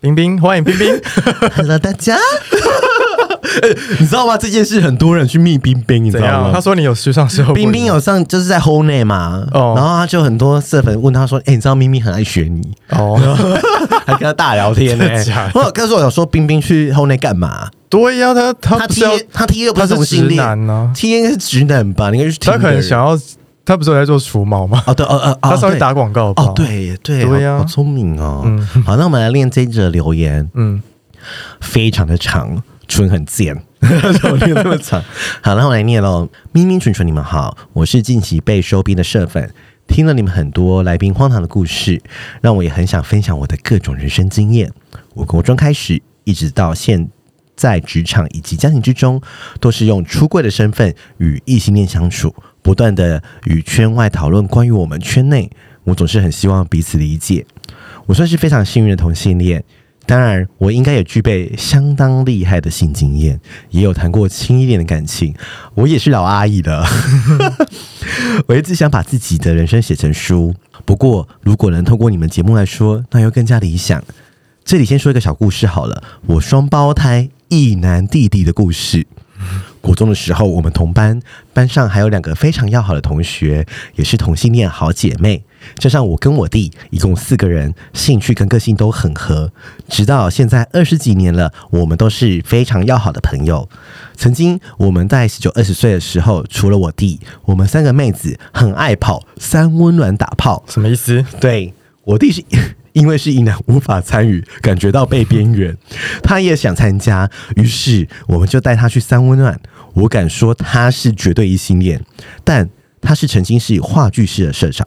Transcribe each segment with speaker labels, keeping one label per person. Speaker 1: 冰冰，欢迎冰 冰。
Speaker 2: ，Hello 大家，
Speaker 3: 你知道吗？这件事很多人去密冰冰，你知
Speaker 1: 怎
Speaker 3: 道
Speaker 1: 样？他
Speaker 3: 吗？
Speaker 1: 说你有时尚时候，
Speaker 2: 冰冰有上就是在 Whole 内嘛，
Speaker 1: 哦
Speaker 2: 然后他就很多社粉问他说：“哎、你知道咪咪很爱学你
Speaker 1: 哦，？”
Speaker 2: 还跟他大聊天呢、
Speaker 1: 真的假的
Speaker 2: 我有跟说有说冰冰去 Whole 内干嘛？
Speaker 1: 对呀、他他
Speaker 2: 他
Speaker 1: 不是要
Speaker 2: T 他 T 又不
Speaker 1: 他是
Speaker 2: 同性
Speaker 1: 直
Speaker 2: 恋
Speaker 1: 男呢、
Speaker 2: ，T 应该是直男吧？你应该去 Tinder，
Speaker 1: 他可能想要，他不是有在做除毛吗？
Speaker 2: 哦对哦哦，哦
Speaker 1: 他稍微
Speaker 2: 对
Speaker 1: 打广告吧
Speaker 2: 哦，对耶对
Speaker 1: 对
Speaker 2: 呀，
Speaker 1: 呀
Speaker 2: 好聪明哦。
Speaker 1: 嗯
Speaker 2: 好，那我们来念这一则留言，
Speaker 1: 嗯，
Speaker 2: 非常的长，唇很贱。 怎么念这么长？好，那我来念喽。咪咪蠢蠢，你们好，我是近期被收编的社粉，听了你们很多来宾荒唐的故事，让我也很想分享我的各种人生经验。我国中开始，一直到现在职场以及家庭之中，都是用出柜的身份与异性恋相处，不断的与圈外讨论关于我们圈内。我总是很希望彼此理解。我算是非常幸运的同性恋，当然我应该也具备相当厉害的性经验，也有谈过轻一点的感情。我也是老阿姨了， 我一直想把自己的人生写成书。不过，如果能透过你们节目来说，那又更加理想。这里先说一个小故事好了，我双胞胎一男弟弟的故事。国中的时候，我们同班，班上还有两个非常要好的同学，也是同性恋好姐妹。加上我跟我弟，一共四个人，兴趣跟个性都很合。直到现在二十几年了，我们都是非常要好的朋友。曾经我们在十九二十岁的时候，除了我弟，我们三个妹子很爱跑三温暖打炮。
Speaker 1: 什么意思？
Speaker 2: 对我弟是因为是一男无法参与，感觉到被边缘，他也想参加，于是我们就带他去三温暖。我敢说他是绝对异性恋，但他是曾经是话剧室的社长，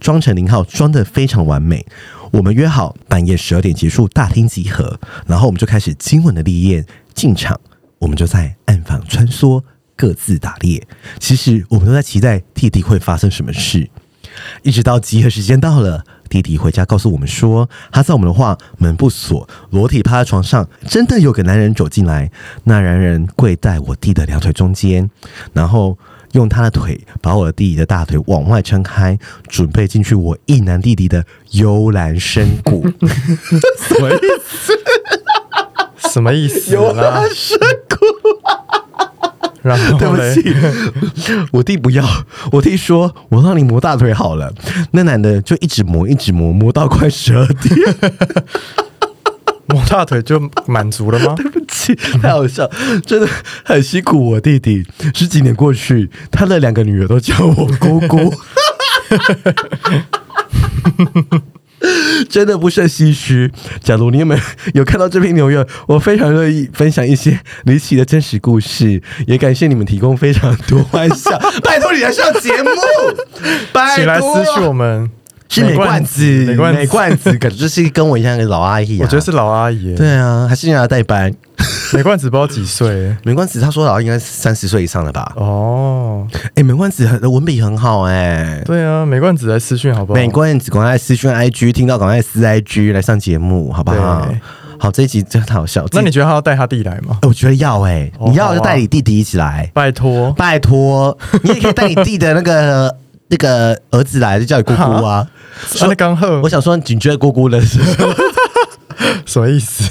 Speaker 2: 装成零号装的非常完美。我们约好半夜十二点结束大厅集合，然后我们就开始今晚的烈焰进场，我们就在暗房穿梭，各自打猎。其实我们都在期待弟弟会发生什么事。一直到集合时间到了，弟弟回家告诉我们说，他在我们的话门不锁，裸体趴在床上，真的有个男人走进来，那男人跪在我弟的两腿中间，然后。用他的腿把我弟弟的大腿往外撑开，准备进去我一男弟弟的幽兰深谷。
Speaker 1: 什么意思？ 什么意思
Speaker 2: 啊
Speaker 1: 啦？然
Speaker 2: 对
Speaker 1: 后
Speaker 2: 不
Speaker 1: 嘞，
Speaker 2: 起， 我弟不要，我弟说我让你磨大腿好了。那男的就一直磨，一直磨，磨到快十二点。
Speaker 1: 摸大腿就满足了吗？
Speaker 2: 对不起， 太好笑，真的很辛苦。我弟弟十几年过去，他的两个女儿都叫我姑姑， 真的不胜唏嘘。假如你们有看到这篇留言，我非常乐意分享一些离奇的真实故事，也感谢你们提供非常多欢 笑。拜托你来上节目，拜托
Speaker 1: 请来私讯我们，
Speaker 2: 是美罐子，
Speaker 1: 美罐子，
Speaker 2: 美罐子，可就是跟我一样的老阿姨、啊，
Speaker 1: 我觉得是老阿姨耶，
Speaker 2: 对啊，还是你要代班。
Speaker 1: 美罐子不知道几岁耶
Speaker 2: 梅冠子他说老应该三十岁以上了吧？
Speaker 1: 哦，
Speaker 2: 哎、梅冠子很文笔很好哎、
Speaker 1: 对啊，美罐子来私讯好不好？
Speaker 2: 美冠子赶快私讯 IG，听到赶快私 IG 来上节目，好不好
Speaker 1: 对？
Speaker 2: 好，这一集真的好笑。
Speaker 1: 那
Speaker 2: 这
Speaker 1: 你
Speaker 2: 一集、
Speaker 1: 觉得他要带他弟来吗？
Speaker 2: 哎我觉得要哎、
Speaker 1: 哦啊
Speaker 2: 你要
Speaker 1: 好啊
Speaker 2: 就带你弟弟一起来，
Speaker 1: 拜托，
Speaker 2: 拜托，你也可以带你弟的那个 那个儿子来，就叫你姑姑啊。
Speaker 1: 啊那刚好
Speaker 2: 我想说，你觉得姑姑 的是？
Speaker 1: 什么意思？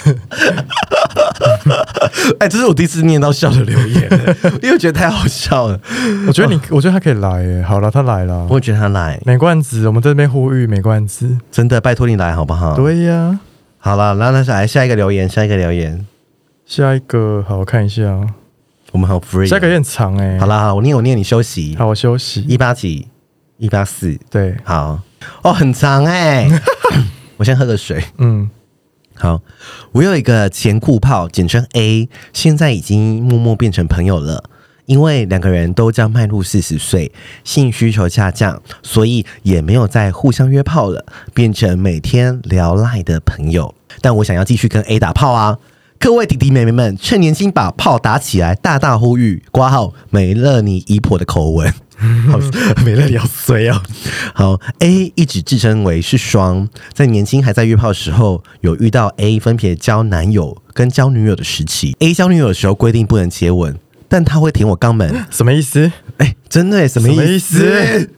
Speaker 2: 哎、这是我第一次念到笑的留 言，因为我觉得太好笑了。
Speaker 1: 我觉得你，我觉得他可以来耶。好了，他来了
Speaker 2: 哦我。也觉得他来，
Speaker 1: 美罐子，我们这边呼吁美罐子。
Speaker 2: 真的拜托你来好不好？
Speaker 1: 对呀、
Speaker 2: 好了，那那来下一个留言，下一个留言，
Speaker 1: 下一个好，我看一下哦。
Speaker 2: 我们好 free 哦。
Speaker 1: 下一个有点长哎、
Speaker 2: 好，啦，好啦我念我念你休息。
Speaker 1: 好，我休息。
Speaker 2: 一八几，一八四，
Speaker 1: 对，
Speaker 2: 好哦，很长哎、 我先喝个水。
Speaker 1: 嗯，
Speaker 2: 好，我有一个前顾炮，简称 A，现在已经默默变成朋友了。因为两个人都将迈入四十岁，性需求下降，所以也没有再互相约炮了，变成每天聊赖的朋友。但我想要继续跟 A 打炮啊。各位弟弟妹妹们，趁年轻把炮打起来！大大呼吁，挂号美乐你姨婆的口吻，好美乐你要衰哦。好，A 一直自称为是双，在年轻还在约炮的时候，有遇到 A 分别交男友跟交女友的时期。A 交女友的时候规定不能接吻，但他会舔我肛门。
Speaker 1: 什么意思？
Speaker 2: 哎、真的耶什么
Speaker 1: 什么
Speaker 2: 意
Speaker 1: 意
Speaker 2: 思
Speaker 1: 思？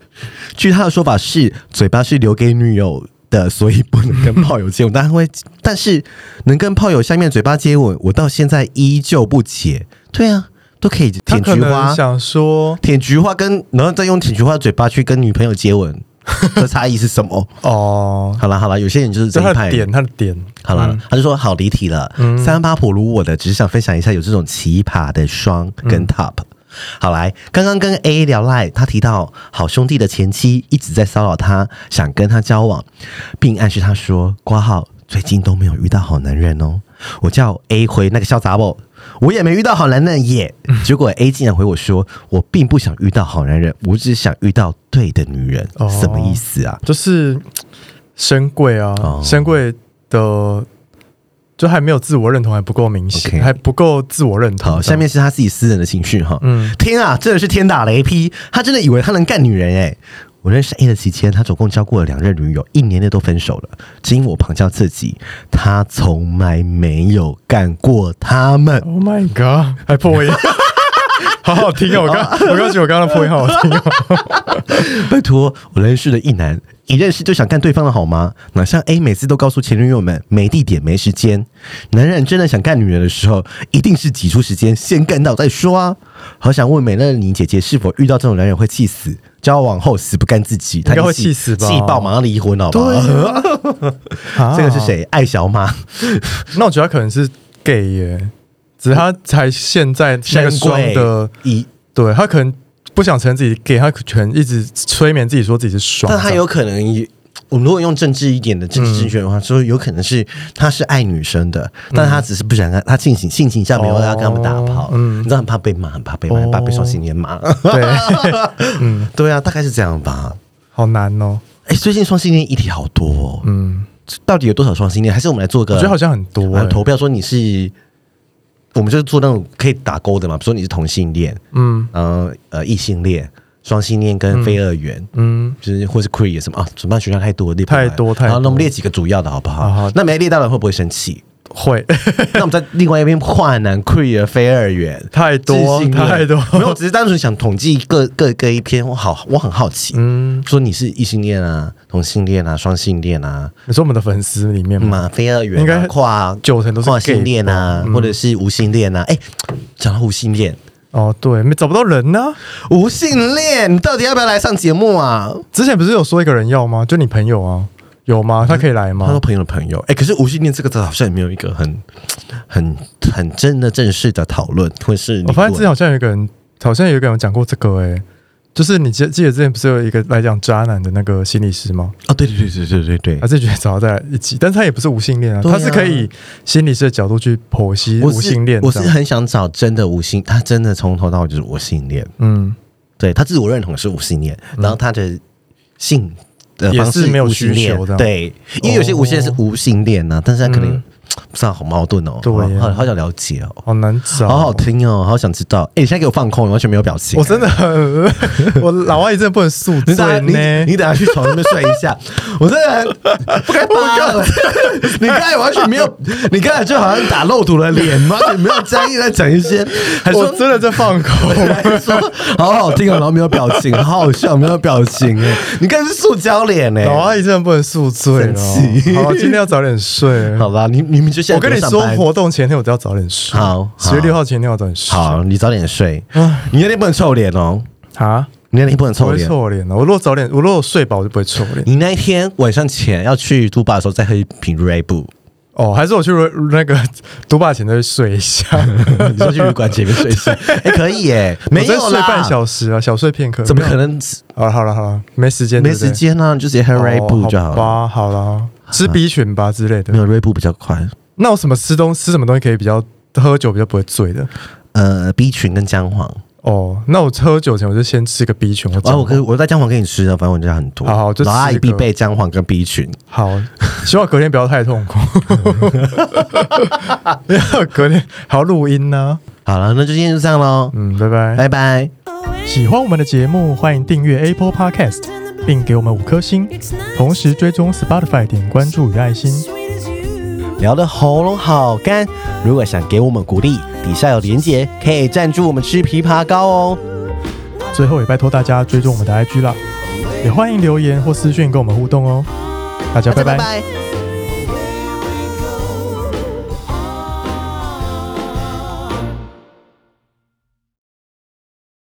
Speaker 2: 据他的说法是，嘴巴是留给女友的，所以不能跟炮友接吻。但他会，但是能跟炮友下面嘴巴接吻，我到现在依旧不解。对啊，都可以
Speaker 1: 他
Speaker 2: 舔
Speaker 1: 可
Speaker 2: 菊
Speaker 1: 能
Speaker 2: 花，
Speaker 1: 想说
Speaker 2: 舔菊花跟然后再用舔菊花的嘴巴去跟女朋友接吻，这差异是什么？
Speaker 1: 哦，
Speaker 2: 好啦好啦，有些人就是这
Speaker 1: 就
Speaker 2: 一
Speaker 1: 他
Speaker 2: 派
Speaker 1: 的。点，他的点，
Speaker 2: 好了，他就说好离题了。三八普如我的，只是想分享一下有这种奇葩的双跟 top。好来，刚刚跟 A 聊赖，他提到好兄弟的前妻一直在骚扰他，想跟他交往，并暗示他说挂号最近都没有遇到好男人哦。我叫 A 回那个小杂宝，我也没遇到好男人耶。结果 A 竟然回我说，我并不想遇到好男人，我只想遇到对的女人，
Speaker 1: 哦
Speaker 2: 什么意思啊？
Speaker 1: 就是深贵啊，
Speaker 2: 哦
Speaker 1: 深贵的。就还没有自我认同，还不够明显
Speaker 2: OK
Speaker 1: 还不够自我认同。
Speaker 2: 好，下面是他自己私人的情绪哈。
Speaker 1: 嗯
Speaker 2: 天啊，真的是天打雷劈！他真的以为他能干女人哎、我认识 A 的期间，他总共交过了两任女友，一年内都分手了。只因我旁敲侧击，他从来没有干过他们。
Speaker 1: Oh my god！还破音， 好好听哦！我刚我刚觉得我刚刚的破音好好听哦。
Speaker 2: 拜托，我认识了一男，一认识就想干对方了好吗？哪像 A 每次都告诉前女友们没地点、没时间。男人真的想干女人的时候，一定是挤出时间先干到再说啊！好想问美乐妮姐姐，是否遇到这种男人会气死？交往后死不干自己，应
Speaker 1: 该会气死吧
Speaker 2: 气爆马上离婚好吧？
Speaker 1: 啊
Speaker 2: 这个是？谁？艾小马，
Speaker 1: 那我觉得他可能是 gay 耶，只是他才现在那个双的，
Speaker 2: 一，
Speaker 1: 对他可能不想承认自己 gay，他可能一直催眠自己说自己是双。
Speaker 2: 但他有可能也。我们如果用政治一点的政治正确的话，说、有可能是他是爱女生的，
Speaker 1: 嗯
Speaker 2: 但他只是不想跟他性情性情上没有要跟他们打
Speaker 1: 哦
Speaker 2: 炮，嗯，你知道很怕被骂，很怕被骂，很怕被双性恋骂，
Speaker 1: 对，
Speaker 2: 对啊，大概是这样吧。
Speaker 1: 好难哦。
Speaker 2: 哎、最近双性恋议题好多哦，
Speaker 1: 嗯，
Speaker 2: 到底有多少双性恋？还是我们来做个，
Speaker 1: 我觉得好像很 多哎欸
Speaker 2: 啊
Speaker 1: 耶，
Speaker 2: 投票说你是，我们就是做那种可以打勾的嘛，比如说你是同性恋，
Speaker 1: 嗯
Speaker 2: 呃呃异性恋、双性恋跟非二元，
Speaker 1: 嗯，
Speaker 2: 就是或是 Cree 什么啊，主办学校太多列不完
Speaker 1: 太多太多啊
Speaker 2: 好，那我们列几个主要的好不好？
Speaker 1: 好好
Speaker 2: 那没列到的人会不会生气？
Speaker 1: 会
Speaker 2: 那我们在另外一边跨男 Cree 非二元。
Speaker 1: 太多
Speaker 2: 自信恋
Speaker 1: 太多，
Speaker 2: 没有，我只是单纯想统计各各各一篇，我好，我很好奇，
Speaker 1: 嗯，
Speaker 2: 说你是异性恋啊、同性恋啊、双性恋啊，
Speaker 1: 你说我们的粉丝里面吗？
Speaker 2: 嘛非二元、
Speaker 1: 嗯
Speaker 2: 啊，
Speaker 1: 应该
Speaker 2: 跨
Speaker 1: 九成都是
Speaker 2: 跨性恋啊
Speaker 1: gay 吧，嗯
Speaker 2: 或者是无性恋啊。哎、讲到无性恋，
Speaker 1: 哦，对，没找不到人啊呢。
Speaker 2: 无性恋，你到底要不要来上节目啊？
Speaker 1: 之前不是有说一个人要吗？就你朋友啊，有吗？他可以来
Speaker 2: 嗯他说
Speaker 1: 吗？
Speaker 2: 朋友的朋友，哎、可是无性恋这个词好像也没有一个很、很、很真的正式的讨论，或是理论
Speaker 1: 我哦发现之前好像有一个人，好像有一个人有讲过这个、欸，就是你记记得之前不是有一个来讲渣男的那个心理师吗？
Speaker 2: 哦，对对对对对对对
Speaker 1: 还，是觉得找他再来一起，但是他也不是无性恋啊，
Speaker 2: 对啊
Speaker 1: 他是可以心理师的角度去剖析
Speaker 2: 我
Speaker 1: 无
Speaker 2: 是
Speaker 1: 性恋
Speaker 2: 我
Speaker 1: 这
Speaker 2: 是
Speaker 1: 样。
Speaker 2: 很想找真的无性，他真的从头到尾就是无性恋，
Speaker 1: 嗯，
Speaker 2: 对他自我认同是无性恋，然后他的性的
Speaker 1: 也
Speaker 2: 方式
Speaker 1: 是没有
Speaker 2: 无性
Speaker 1: 需
Speaker 2: 恋
Speaker 1: 求的
Speaker 2: 对，因为有些无性恋是无性恋呢、啊，但是他可能、
Speaker 1: 嗯
Speaker 2: 不知道好矛盾哦，
Speaker 1: 对
Speaker 2: 好
Speaker 1: 耶
Speaker 2: 好好想了解哦。
Speaker 1: 好难找，
Speaker 2: 好好听哦，好想知道。哎、你现在给我放空，完全没有表情。
Speaker 1: 我真的很，我老外真的不 能宿
Speaker 2: 你
Speaker 1: 醉
Speaker 2: 等下你
Speaker 1: 呢。
Speaker 2: 你等下去床那边睡一 下，我真的很不该扒了。 你刚才完全没有，你刚才就好像打漏土的脸，完全没有僵硬在讲一些，还
Speaker 1: 我
Speaker 2: 说。
Speaker 1: 真的在放空，
Speaker 2: 还说好好听哦，然后没有表情，好好笑，没有表情哎，你刚才是塑胶脸哎，
Speaker 1: 老阿姨真的不能宿醉了
Speaker 2: 生气。
Speaker 1: 好，今天要早点睡。
Speaker 2: 好吧，你你们就现
Speaker 1: 我
Speaker 2: 在
Speaker 1: 跟你
Speaker 2: 不用
Speaker 1: 说
Speaker 2: 上，班
Speaker 1: 活动前天我都要早点睡。
Speaker 2: 好好
Speaker 1: 十月六号前天我早点睡。
Speaker 2: 好，你早点睡，你那天不能臭脸哦，
Speaker 1: 啊，
Speaker 2: 你那天不能
Speaker 1: 不
Speaker 2: 臭
Speaker 1: 会
Speaker 2: 脸，
Speaker 1: 臭脸的。我如果早点，我如果睡饱，我就不会臭脸。
Speaker 2: 你那一天晚上前要去杜巴的时候再喝一瓶 r e b
Speaker 1: 哦，还是我去那个读霸前再睡一 下，
Speaker 2: 你说去旅馆前面睡一 下，哎，可以耶，没有
Speaker 1: 我再睡
Speaker 2: 啦，
Speaker 1: 半小时啊，小睡片刻。
Speaker 2: 怎么可能
Speaker 1: 没有？好了好了好了，没时间，
Speaker 2: 没
Speaker 1: 对不对
Speaker 2: 时间呢、啊？你就直接喝
Speaker 1: 哦
Speaker 2: Ray 布就好了。
Speaker 1: 吧，好了，吃 B 群吧之类
Speaker 2: 没
Speaker 1: 的。
Speaker 2: 有 Ray 布比较快。
Speaker 1: 那我什么吃东吃什么东西可以比较喝酒比较不会醉的？
Speaker 2: 呃，B 群跟姜黄，
Speaker 1: 哦，那我喝酒前我就先吃个 B 群，我
Speaker 2: 啊，我
Speaker 1: 可
Speaker 2: 跟我在姜黄给你吃啊的，反正我家很多。
Speaker 1: 好好就吃
Speaker 2: 老阿姨
Speaker 1: 一个
Speaker 2: 必备姜黄跟 B 群。
Speaker 1: 好，希望隔天不要太 痛苦，因为隔天还要录音呢、
Speaker 2: 好了，那就今天就这样喽，
Speaker 1: 嗯，拜拜。
Speaker 2: 拜拜。
Speaker 1: 喜欢我们的节目，欢迎订阅 Apple Podcast，并给我们五颗星，同时追踪 Spotify 点关注与爱心。
Speaker 2: 聊的喉咙好干，如果想给我们鼓励，底下有连结，可以赞助我们吃枇杷膏哦。
Speaker 1: 最后也拜托大家追踪我们的 IG 啦，也欢迎留言或私讯跟我们互动哦。大家
Speaker 2: 大家
Speaker 1: 拜拜
Speaker 2: 拜拜